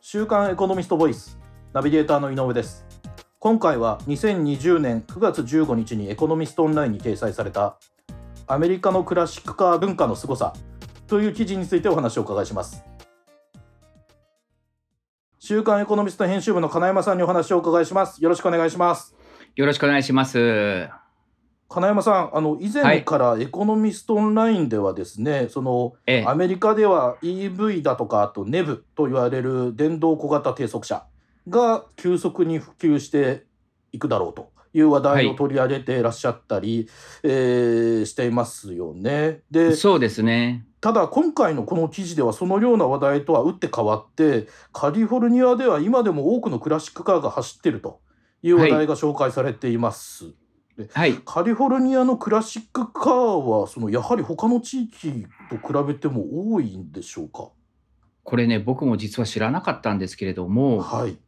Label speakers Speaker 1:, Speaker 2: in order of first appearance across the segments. Speaker 1: 週刊エコノミストボイスナビゲーターの井上です今回は2020年9月15日にエコノミストオンラインに掲載されたアメリカのクラシックカー文化の凄さという記事についてお話をお伺いします週刊エコノミスト編集部の金山さんにお話をお伺いしますよろしくお願いします
Speaker 2: よろしくお願いします。
Speaker 1: 金山さんあの以
Speaker 2: は
Speaker 1: 前
Speaker 2: い
Speaker 1: からエコノミストオンラインではですね、その
Speaker 2: ええ
Speaker 1: アメリカでは EV だとかあとネブと言われる電動小型低速車が急速に普及していくだろうという話題
Speaker 2: は
Speaker 1: を
Speaker 2: い
Speaker 1: 取り上げていらっしゃったり、えーしていますよね。で
Speaker 2: そうですね。
Speaker 1: ただ今回のこの記事ではそのような話題とは打って変わってカリフォルニアでは今でも多くのクラシックカーが走ってるという話題が紹介されています。
Speaker 2: はい。
Speaker 1: カリフォルニアのクラシックカーはそのやはり他の地域と比べても多いんでしょうか
Speaker 2: これね、僕も実は知らなかったんですけれども、
Speaker 1: はい。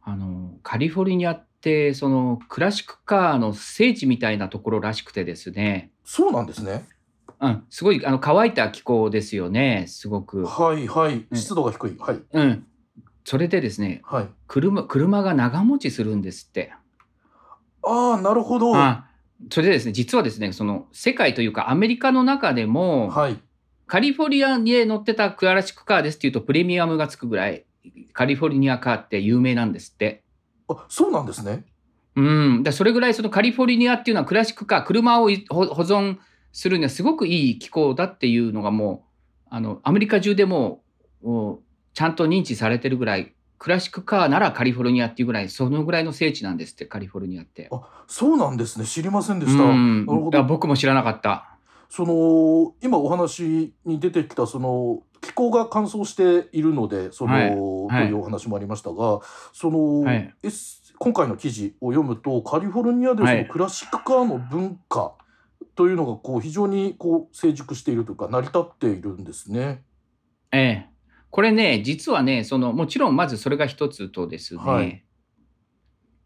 Speaker 2: あのカリフォルニアってそのクラシックカーの聖地みたいなところらしくてですね。
Speaker 1: そうなんですね。
Speaker 2: うん、すごいあの乾いた気候ですよね。すごく。
Speaker 1: はいはい。
Speaker 2: うん
Speaker 1: 湿度が低い。はい
Speaker 2: うん。それでですね、
Speaker 1: はい。
Speaker 2: 車車が長持ちするんですって。
Speaker 1: ああなるほど。は
Speaker 2: あ、それでですね、実はですね、その世界というかアメリカの中でも、
Speaker 1: い。
Speaker 2: カリフォルニアに乗ってたクラシックカーですっていうとプレミアムがつくぐらいカリフォルニアカーって有名なんですって。
Speaker 1: あそうなんですね。
Speaker 2: うん、だそれぐらいそのカリフォルニアっていうのはクラシックカー車をいほ保存するにはすごくいい気候だっていうのがもうあのアメリカ中でもうもうちゃんと認知されてるぐらいクラシックカーならカリフォルニアっていうぐらいそのぐらいの聖地なんですってカリフォルニアって。
Speaker 1: そうなんですね。知りませんで
Speaker 2: う
Speaker 1: した。
Speaker 2: ん、
Speaker 1: なるほど
Speaker 2: だから僕も知らなかった。
Speaker 1: その今お話に出てきたその気候が乾燥しているのでその、
Speaker 2: はいはい
Speaker 1: というお話もありましたがその、
Speaker 2: はい
Speaker 1: S 今回の記事を読むとカリフォルニアで
Speaker 2: は
Speaker 1: そ
Speaker 2: い
Speaker 1: のクラシックカーの文化というのがこう非常にこう成熟しているというか成り立っているんですね。
Speaker 2: ええ、これね実はねそのもちろんまずそれが一つとですね、
Speaker 1: はい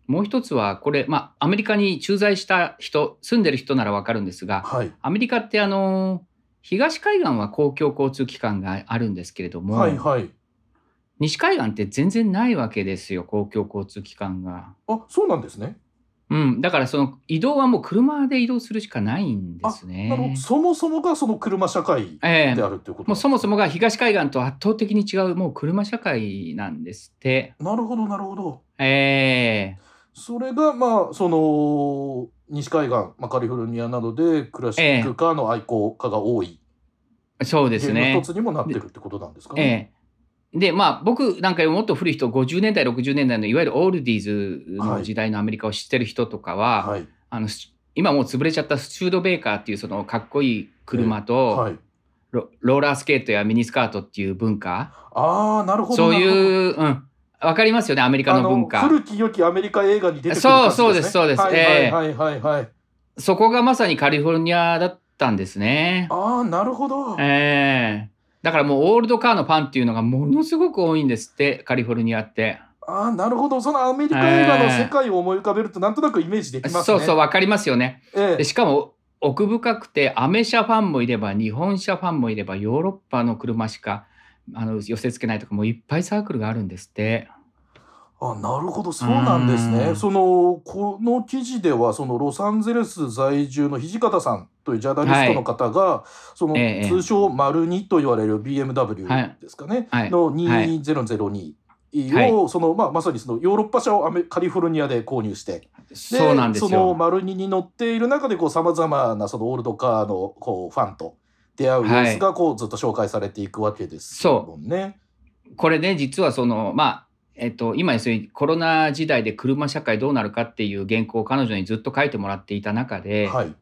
Speaker 2: もう一つはこれ、まあ、アメリカに駐在した人住んでる人ならわかるんですが
Speaker 1: はい、
Speaker 2: アメリカってあの東海岸は公共交通機関があるんですけれども、
Speaker 1: はい、はい
Speaker 2: 西海岸って全然ないわけですよ公共交通機関が。
Speaker 1: あそうなんですね。
Speaker 2: うん、だからその移動はもう車で移動するしかないんです
Speaker 1: あの
Speaker 2: ね。
Speaker 1: そもそもがその車社会で
Speaker 2: ええ、
Speaker 1: あるということ
Speaker 2: もうそもそ
Speaker 1: も
Speaker 2: もが東海岸と圧倒的に違うもう車社会なんですって。
Speaker 1: なるほどなるほど。
Speaker 2: ええ
Speaker 1: それがまあその西海岸、まあ、カリフォルニアなどでクラシックカーの愛好家が多い
Speaker 2: そうです
Speaker 1: 原因の
Speaker 2: ね
Speaker 1: 一。つにもなってるってことなんですかね。
Speaker 2: ええでまあ僕なんかよりもっと古い人50年代60年代のいわゆるオールディーズの時代のアメリカを知ってる人とかは、
Speaker 1: はい
Speaker 2: あのス今もう潰れちゃったスチュードベーカーっていうそのかっこいい車と、
Speaker 1: はい、
Speaker 2: ロローラースケートやミニスカートっていう文化
Speaker 1: ああなるほど
Speaker 2: そういう
Speaker 1: う
Speaker 2: う、ん、わかりますよねアメリカの文化
Speaker 1: 古き良きアメリカ映画に出てくる
Speaker 2: そう
Speaker 1: 感じね
Speaker 2: そうですそうです
Speaker 1: はい
Speaker 2: ええ
Speaker 1: はいはいはいはい、
Speaker 2: そこがまさにカリフォルニアだったんですね。
Speaker 1: ああなるほど、
Speaker 2: ええだからもうオールドカーのファンっていうのがものすごく多いんですってカリフォルニアって。
Speaker 1: ああなるほどそのアメリカ映画の世界を思い浮かべるとなんとなくイメージできますね。
Speaker 2: そうそう、わかりますよね。
Speaker 1: ええ
Speaker 2: でしかも奥深くて、アメ車ファンもいれば、日本車ファンもいれば、ヨーロッパの車しかあの寄せ付けないとか、もういっぱいサークルがあるんですって。
Speaker 1: あなるほどそうなんです
Speaker 2: う
Speaker 1: ね。
Speaker 2: ん
Speaker 1: そのこの記事ではそのロサンゼルス在住の土方さんというジャーナリストの方が、その
Speaker 2: ええ
Speaker 1: 通称「丸二と言われる BMW
Speaker 2: はい
Speaker 1: ですかね、
Speaker 2: はい。
Speaker 1: の
Speaker 2: はい
Speaker 1: 2002
Speaker 2: はい
Speaker 1: を、そのまあ、まさにそのヨーロッパ車をアメカリフォルニアで購入してで
Speaker 2: そうなんです
Speaker 1: その
Speaker 2: よ。
Speaker 1: 丸二に乗っている中でさまざまなそのオールドカーのこうファンと出会う様子がこうずっと紹介されていくわけですもんね。
Speaker 2: これね、実はその、まあ、えっと、今要するにコロナ時代で車社会どうなるかっていう原稿を彼女にずっと書いてもらっていた中で、
Speaker 1: はい、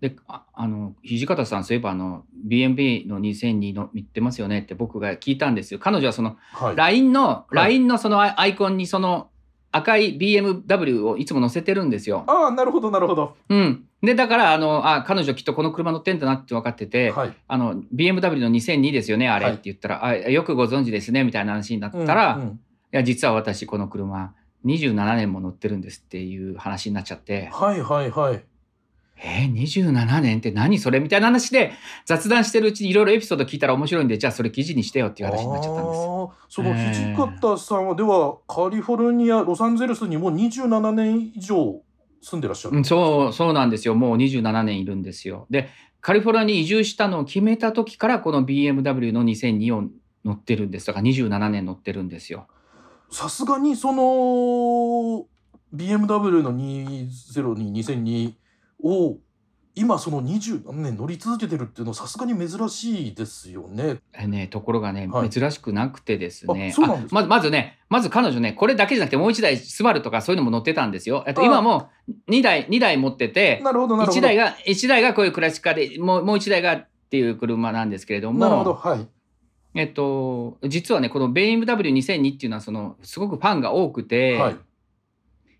Speaker 2: でああの土方さんそういえばあの BMB の2002の言ってますよねって僕が聞いたんですよ彼女はその
Speaker 1: はい
Speaker 2: LINE の、
Speaker 1: い
Speaker 2: LINE のそのアイコンにその赤い BMW をいつも載せてるんですよ。
Speaker 1: ああなるほどなるほど。
Speaker 2: うん。で、だから、あの、あ、彼女きっとこの車乗ってんだなって分かってて、
Speaker 1: はい
Speaker 2: あの、BMW の2002ですよね、あれ
Speaker 1: は
Speaker 2: っ
Speaker 1: い
Speaker 2: て言ったら、あ、よくご存知ですね、みたいな話になったら、
Speaker 1: う
Speaker 2: い
Speaker 1: んうん
Speaker 2: や、実は私この車27年も乗ってるんですっていう話になっちゃって、
Speaker 1: はいはいはい。
Speaker 2: えー、27年って何それみたいな話で雑談してるうちにいろいろエピソード聞いたら面白いんでじゃあそれ記事にしてよっていう話になっちゃったんですよ。
Speaker 1: あーその土方さんは、ではカリフォルニアロサンゼルスにもう27年以上住んでらっしゃる、
Speaker 2: うん、そうそうなんですよもう27年いるんですよ。でカリフォルニアに移住したのを決めた時からこの BMW の2002を乗ってるんですだから27年乗ってるんですよ。
Speaker 1: さすがにその BMW の202002を今その20年乗り続けてるっていうのはさすがに珍しいですよね。
Speaker 2: えーね、ところがね、
Speaker 1: はい
Speaker 2: 珍しくなくてですね
Speaker 1: あそうなんですか
Speaker 2: まずまずねまず彼女ねこれだけじゃなくてもう1台スバルとかそういうのも乗ってたんですよ。えっと
Speaker 1: あ
Speaker 2: 今も2台2台持ってて
Speaker 1: なるほどなるほ
Speaker 2: 1
Speaker 1: ど。
Speaker 2: 台が一台がこういうクラシカでもうもう1台がっていう車なんですけれど
Speaker 1: なるほど
Speaker 2: も、
Speaker 1: はい。
Speaker 2: えっと、実はねこの BMW2002 っていうのはそのすごくファンが多くて、
Speaker 1: はい、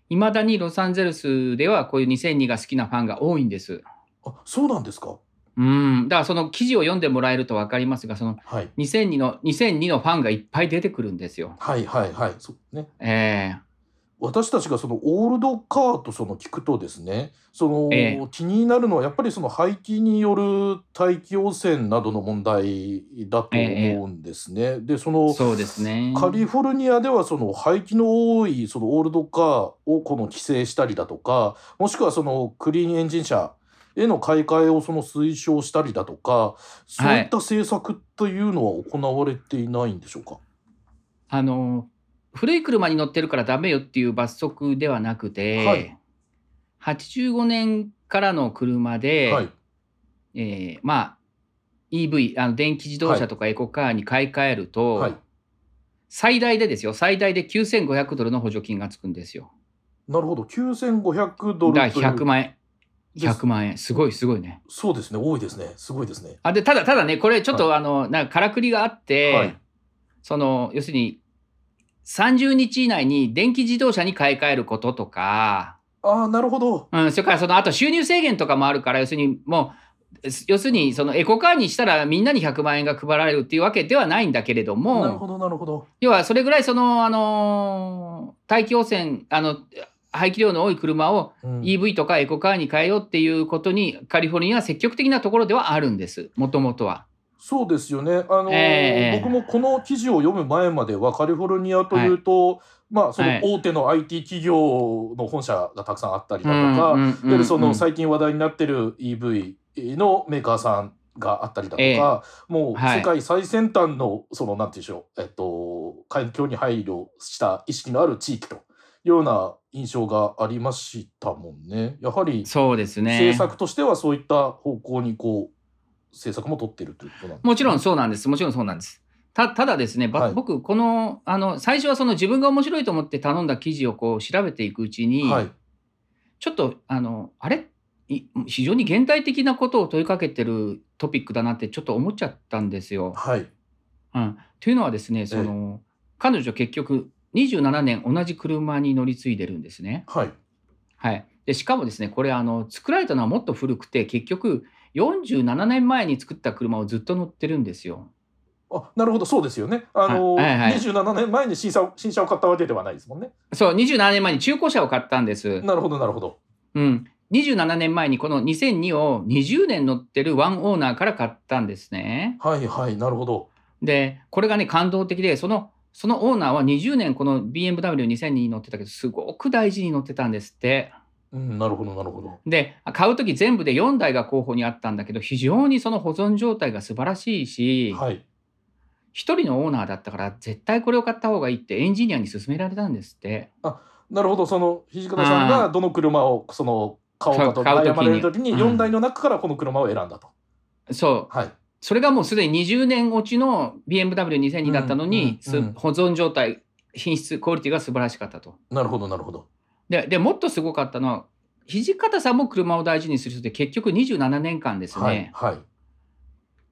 Speaker 2: いまだにロサンゼルスではこういう2002が好きなファンが多いんです。
Speaker 1: あそうなんですか。
Speaker 2: うん、だからその記事を読んでもらえると分かりますがその
Speaker 1: はい
Speaker 2: 2002の2002のファンがいっぱい出てくるんですよ。
Speaker 1: はいはいはい。そうね。
Speaker 2: えー
Speaker 1: 私たちがそのオールドカーとその聞くとですねその、
Speaker 2: ええ
Speaker 1: 気になるのはやっぱりその排気による大気汚染などの問題だと思うんですね。でその
Speaker 2: そうですね
Speaker 1: カリフォルニアではその排気の多いそのオールドカーをこの規制したりだとかもしくはそのクリーンエンジン車への買い替えをその推奨したりだとかそういった政策というのは行われていないんでしょうか、
Speaker 2: あの古い車に乗ってるからダメよっていう罰則ではなくて、
Speaker 1: はい
Speaker 2: 85年からの車で、
Speaker 1: はい
Speaker 2: えーまあ EV あの電気自動車とかエコカーに買い替えると、
Speaker 1: はい
Speaker 2: 最大でですよ最大で9500ドルの補助金がつくんですよ
Speaker 1: なるほど9500ド
Speaker 2: だから
Speaker 1: ルという
Speaker 2: 100万円
Speaker 1: です
Speaker 2: 100万円すごいすごいね
Speaker 1: そうですね、多いですね、すごいですね。
Speaker 2: あでただただねこれちょっと、あのなんかからくりがあって、
Speaker 1: はい
Speaker 2: その要するに30日以内に電気自動車に買い替えることとか、
Speaker 1: ああ、なるほど。
Speaker 2: うん、それからそのあと収入制限とかもあるから要するにもうす要するにそのエコカーにしたらみんなに100万円が配られるっていうわけではないんだけれど
Speaker 1: なるほ
Speaker 2: も
Speaker 1: ど、なるほど。
Speaker 2: 要はそれぐらいその、あのー大気汚染あの排気量の多い車を
Speaker 1: うん、
Speaker 2: EV とかエコカーに変えようっていうことにカリフォルニアは積極的なところではあるんですもともとは。
Speaker 1: そうですよね。あのー
Speaker 2: ええ
Speaker 1: 僕もこの記事を読む前まではカリフォルニアというと、まあそ
Speaker 2: は
Speaker 1: の
Speaker 2: い
Speaker 1: 大手の IT 企業の本社がたくさんあったりだと
Speaker 2: うん
Speaker 1: か、
Speaker 2: うん
Speaker 1: いわゆるそ
Speaker 2: うん
Speaker 1: の最近話題になってる EV のメーカーさんがあったりだとか、
Speaker 2: ええ
Speaker 1: もう
Speaker 2: はい
Speaker 1: 世界最先端のそのなんていうんでしょう、えっと環境に配慮した意識のある地域というような印象がありましたもんね。やはり
Speaker 2: そうですね
Speaker 1: 政策としてはそういった方向にこう政策も取っているということなんです
Speaker 2: もちろんそうなんです。もちろんそうなんです。たただですね、ば
Speaker 1: はい
Speaker 2: 僕、この、あの、最初はその自分が面白いと思って頼んだ記事をこう調べていくうちに、
Speaker 1: はい、
Speaker 2: ちょっと、あの、あれい非常に現代的なことを問いかけてるトピックだなってちょっと思っちゃったんですよ。
Speaker 1: はい、
Speaker 2: うん、というのはですね、その、彼女結局27年同じ車に乗り継いでるんですね。
Speaker 1: はい、
Speaker 2: はい。で、しかもですね、これ、あの、作られたのはもっと古くて、結局、47年前に作った車をずっと乗ってるんですよ。
Speaker 1: あなるほどそうですよね。あの
Speaker 2: はいはいはい
Speaker 1: 27年前に新車を新車を買ったわけではないですもんね。
Speaker 2: そう、27年前に中古車を買ったんです。
Speaker 1: なるほどなるほど。
Speaker 2: うん。27年前にこの2002を20年乗ってるワンオーナーから買ったんですね。
Speaker 1: はいはいなるほど。
Speaker 2: で、これがね、感動的で、その、そのオーナーは20年この BMW2002 に乗ってたけど、すごく大事に乗ってたんですって。
Speaker 1: うんなるほどなるほど。
Speaker 2: で、買う時全部で4台が候補にあったんだけど、非常にその保存状態が素晴らしいし、
Speaker 1: はい。
Speaker 2: 一人のオーナーだったから、絶対これを買った方がいいってエンジニアに勧められたんですって。
Speaker 1: なるほど、その土方さん
Speaker 2: あ
Speaker 1: がどの車をその買おうかと
Speaker 2: 買う
Speaker 1: 悩
Speaker 2: 時に
Speaker 1: まれるときに
Speaker 2: うん
Speaker 1: 4台の中からこの車を選んだと。
Speaker 2: そう。
Speaker 1: はい。
Speaker 2: それがもうすでに20年落ちの BMW2002 だったのに、
Speaker 1: うんうんうん
Speaker 2: す保存状態品質クオリティが素晴らしかったと
Speaker 1: なるほど、なるほど。
Speaker 2: ででもっとすごかったのは土方さんも車を大事にする人で結局27年間ですね、
Speaker 1: はい。はい。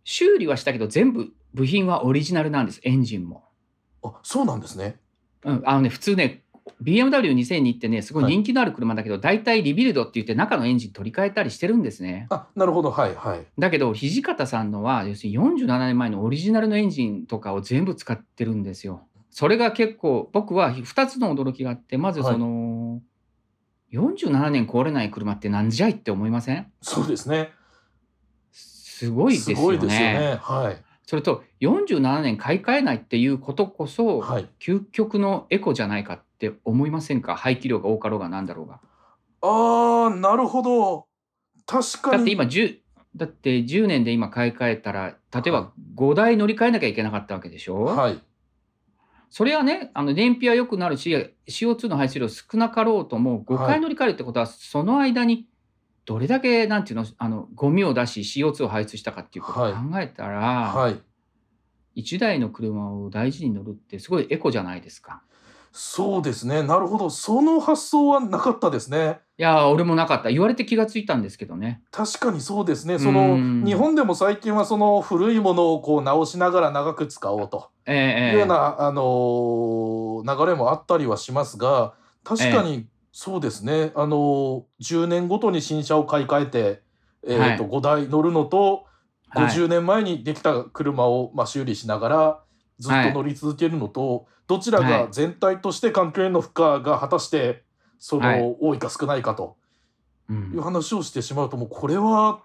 Speaker 2: 修理はしたけど全部部品はオリジナルなんですエンジンも、
Speaker 1: あ、そうなんですね。
Speaker 2: うん、あのね普通ね BMW2002 ってねすごい人気のある車だけど、大体リビルドって言って中のエンジン取り替えたりしてるんですね
Speaker 1: あ、なるほど、はい、はい。
Speaker 2: だけど土方さんのは要するに47年前のオリジナルのエンジンとかを全部使ってるんですよ。それが結構僕は2つの驚きがあってまずその、 47年壊れない車ってなんじゃいって思いません
Speaker 1: そうですね。
Speaker 2: すごいです
Speaker 1: す
Speaker 2: よ
Speaker 1: ご
Speaker 2: ね
Speaker 1: いですよね。はい。
Speaker 2: それと47年買い替えないっていうことこそ、
Speaker 1: はい。
Speaker 2: 究極のエコじゃないかって思いませんか排気量が多かろうがなんだろうが
Speaker 1: ああ、なるほど。確かに。
Speaker 2: だって今10だって10年で今買い替えたら例え
Speaker 1: は
Speaker 2: ば5台乗り換えなきゃいけなかったわけでしょ、
Speaker 1: はい。
Speaker 2: それはねあの燃費は良くなるし CO2 の排出量少なかろうとも5
Speaker 1: はい
Speaker 2: 回乗り換えるってことは、その間にどれだけなんていうのあのゴミを出し CO2 を排出したかっていうこと
Speaker 1: は
Speaker 2: を
Speaker 1: い
Speaker 2: 考えたら、
Speaker 1: はい。
Speaker 2: 1台の車を大事に乗るってすごいエコじゃないですか。
Speaker 1: そうですね。なるほど。その発想はなかったですね。
Speaker 2: いやー俺もなかった言われて気がついたんですけどね。
Speaker 1: 確かにそうですね。そうの
Speaker 2: ん
Speaker 1: 日本でも最近はその古いものをこう直しながら長く使おうと
Speaker 2: え
Speaker 1: い
Speaker 2: え
Speaker 1: う
Speaker 2: え
Speaker 1: よう
Speaker 2: え
Speaker 1: な、あのー流れもあったりはしますが、確かにそうですね。あのー10年ごとに新車を買い替えて、えっ、と、
Speaker 2: は
Speaker 1: 5台乗るのと、
Speaker 2: はい
Speaker 1: 50年前にできた車を、まあ、修理しながらずっと乗り続けるのと、どちらが全体として環境への負荷が果たしてその、
Speaker 2: はい
Speaker 1: 多いか少ないかと
Speaker 2: う
Speaker 1: いうん話をしてしまうともうこれは、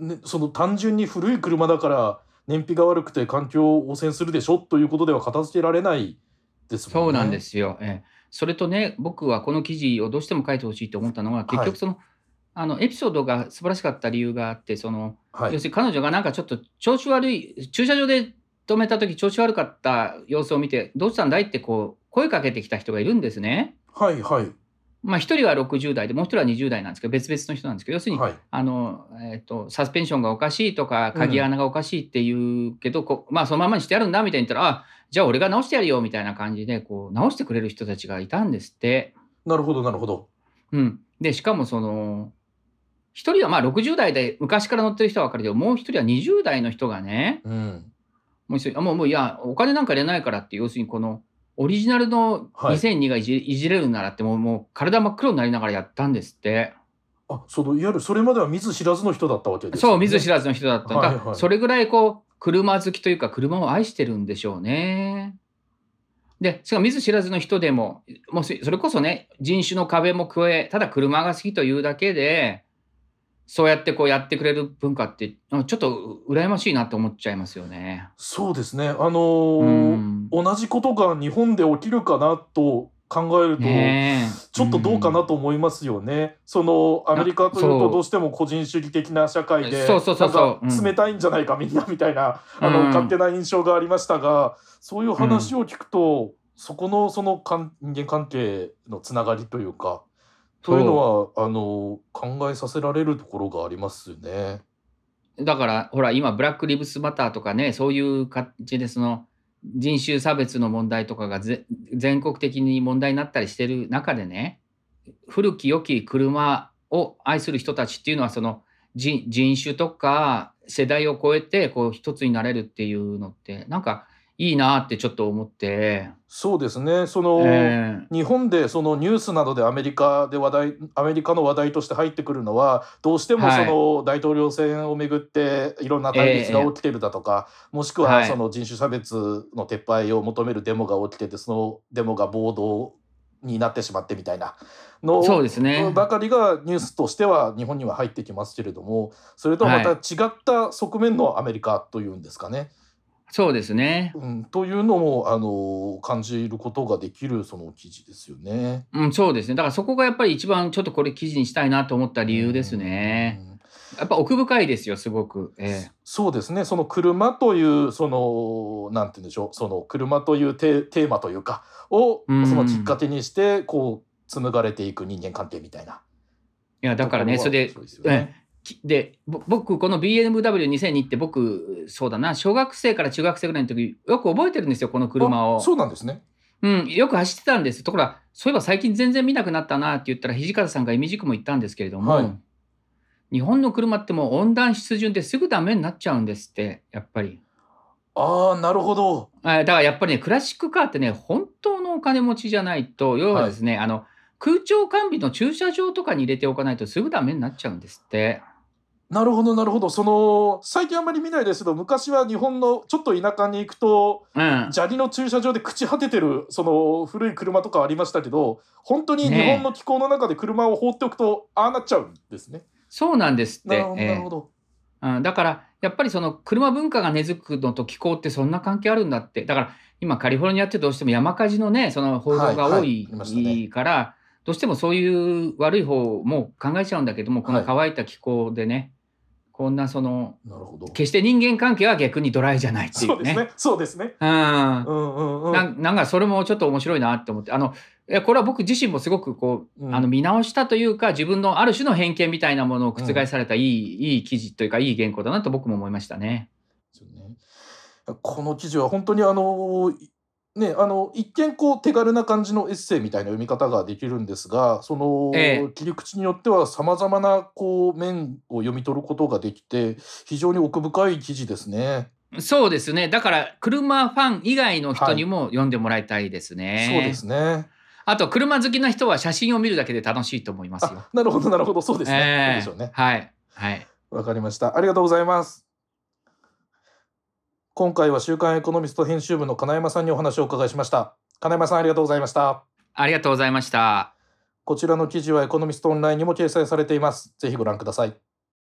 Speaker 1: ね、その単純に古い車だから燃費が悪くて環境を汚染するでしょということでは片付けられないですもんね。。
Speaker 2: そうなんですすよ、ええ、それとね僕はこの記事をどうしても書いてほしいと思ったのは結
Speaker 1: はい
Speaker 2: 局その,、あのエピソードが素晴らしかった理由があってその、
Speaker 1: は
Speaker 2: 要
Speaker 1: い
Speaker 2: するに彼女がなんかちょっと調子悪い駐車場で止めた時調子悪かった様子を見て「どうしたんだい?」ってこう声かけてきた人がいるんですね。
Speaker 1: はいはい
Speaker 2: まあ、1人は60代でもう1人は20代なんですけど別々の人なんですけど要するに
Speaker 1: はい
Speaker 2: あのえー、とサスペンションがおかしいとか鍵穴がおかしいっていうけど、こうまあ、そのままにしてやるんだみたいに言ったらあじゃあ俺が直してやるよみたいな感じでこう直してくれる人たちがいたんですって、
Speaker 1: なるほどなるほど。
Speaker 2: うん、でしかもその一人はまあ60代で昔から乗ってる人は分かるけどもう一人は20代の人がね
Speaker 1: うん、
Speaker 2: もう一人あもうもういやお金なんか入れないからって要するにこのオリジナルの
Speaker 1: はい
Speaker 2: 2002がいじ,、い、じれるならってもうもう体真っ黒になりながらやったんですって。
Speaker 1: あそのいわゆるそれまでは見ず知らずの人だったわけですよね、
Speaker 2: そう、見ず知らずの人だったんだ。
Speaker 1: はいはい
Speaker 2: それぐらいこう、車好きというか、車を愛してるんでしょうね。で、しかも見ず知らずの人でも、もうそそれこそね、人種の壁も越え、ただ車が好きというだけで、そうやってこうやってくれる文化って、あちょっと羨ましいなと思っちゃいますよね。
Speaker 1: そうですね。あのー
Speaker 2: うん
Speaker 1: 同じことが日本で起きるかなと考えると、
Speaker 2: ねえ
Speaker 1: ちょっとどうかなと思いますよね。そのアメリカという
Speaker 2: そ
Speaker 1: と
Speaker 2: う
Speaker 1: どうしても個人主義的な社会で
Speaker 2: そうそうそうそう
Speaker 1: なんか
Speaker 2: うん
Speaker 1: 冷たいんじゃないかみんなみたいな、あ
Speaker 2: う
Speaker 1: の
Speaker 2: ん
Speaker 1: 勝手な印象がありましたがそういう話を聞くと、そこのその関人間関係のつながりというかというのはあの考えさせられるところがありますよね。
Speaker 2: だからほら今ブラック・リブス・マターとかねそういう感じでその人種差別の問題とかがぜ全国的に問題になったりしてる中でね古き良き車を愛する人たちっていうのはその人人種とか世代を超えてこう一つになれるっていうのってなんかいいなってちょっと思って、
Speaker 1: そうですねその、
Speaker 2: ええ
Speaker 1: 日本でそのニュースなどでアメリカで話題アメリカの話題として入ってくるのはどうしても
Speaker 2: は
Speaker 1: そ
Speaker 2: い
Speaker 1: の大統領選をめぐっていろんな対立が起きてるだとか、もしくは
Speaker 2: はい
Speaker 1: その人種差別の撤廃を求めるデモが起きててそのデモが暴動になってしまってみたいなの
Speaker 2: そうですね。
Speaker 1: ばかりがニュースとしては日本には入ってきますけれどもそれとはまた違った側面のアメリカというんですかね。
Speaker 2: そうですね。
Speaker 1: うん、というのもあの感じることができるその記事ですよね。
Speaker 2: うん、そうですね。だからそこがやっぱり一番ちょっとこれ記事にしたいなと思った理由ですね。
Speaker 1: うん。
Speaker 2: やっぱ奥深いですよ、すごく。ええ
Speaker 1: そうですね。その車というそのなんて言うんでしょう。その車というテテーマというかをそ
Speaker 2: うん
Speaker 1: のきっかけにしてこう紡がれていく人間関係みたいな。
Speaker 2: いや、だからね、
Speaker 1: と
Speaker 2: そ
Speaker 1: ころ
Speaker 2: れ
Speaker 1: は
Speaker 2: で、
Speaker 1: そうですよ
Speaker 2: え
Speaker 1: ね。
Speaker 2: えきで、ぼ僕、この BMW2002 って僕、そうだな、小学生から中学生ぐらいの時、よく覚えてるんですよ、この車
Speaker 1: あ
Speaker 2: を。
Speaker 1: そうなんですね。
Speaker 2: うん、よく走ってたんです。ところが、そういえば最近全然見なくなったなって言ったら、土方さんが意味軸も言ったんですけれども、
Speaker 1: はい
Speaker 2: 日本の車ってもう温暖湿潤ですぐダメになっちゃうんですって、やっぱり。
Speaker 1: ああなるほど。
Speaker 2: あだからやっぱりね、クラシックカーってね、本当のお金持ちじゃないと、要はですね、あの空調完備の駐車場とかに入れておかないとすぐダメになっちゃうんですって。
Speaker 1: なるほどなるほどその最近あんまり見ないですけど昔は日本のちょっと田舎に行くと
Speaker 2: うん、
Speaker 1: 砂利の駐車場で朽ち果ててるその古い車とかありましたけど本当に日本の気候の中で車を放っておくとああなっちゃうんですね。
Speaker 2: そうなんですっ
Speaker 1: な
Speaker 2: て
Speaker 1: るほ。ど
Speaker 2: え
Speaker 1: なる
Speaker 2: え
Speaker 1: ほど。
Speaker 2: うん、だからやっぱりその車文化が根付くのと気候ってそんな関係あるんだってだから今カリフォルニアってどうしても山火事のねその報道が
Speaker 1: はいは
Speaker 2: 多
Speaker 1: い
Speaker 2: い
Speaker 1: ありましたね
Speaker 2: から、どうしてもそういう悪い方も考えちゃうんだけどもこの
Speaker 1: はい
Speaker 2: 乾いた気候でね、こんなその
Speaker 1: なるほど。
Speaker 2: 決して人間関係は逆にドライじゃないってい
Speaker 1: そううです
Speaker 2: ね。
Speaker 1: ね。そうですね。
Speaker 2: うんな
Speaker 1: うんうんうん。
Speaker 2: なんかそれもちょっと面白いなって思ってあのいやこれは僕自身もすごくこう
Speaker 1: うん
Speaker 2: あの見直したというか自分のある種の偏見みたいなものを覆されたいい,、いい記事というかいい原稿だなと僕も思いましたね。
Speaker 1: ですよね。この記事は本当にあのいねあの一見こう手軽な感じのエッセイみたいな読み方ができるんですがその、
Speaker 2: ええ
Speaker 1: 切り口によってはさまざまなこう面を読み取ることができて非常に奥深い記事ですね。
Speaker 2: そうですねだから車ファン以外の人にも読んでもらいたいですね。
Speaker 1: そうですね。
Speaker 2: あと車好きな人は写真を見るだけで楽しいと思いますよ。
Speaker 1: あなるほどなるほどそうですね。
Speaker 2: ええ
Speaker 1: そうでしょうね。
Speaker 2: はい、はい、
Speaker 1: わかりました。ありがとうございます。今回は週刊エコノミスト編集部の金山さんにお話をお伺いしました。金山さんありがとうございました。
Speaker 2: ありがとうございました。
Speaker 1: こちらの記事はエコノミストオンラインにも掲載されています。ぜひご覧ください。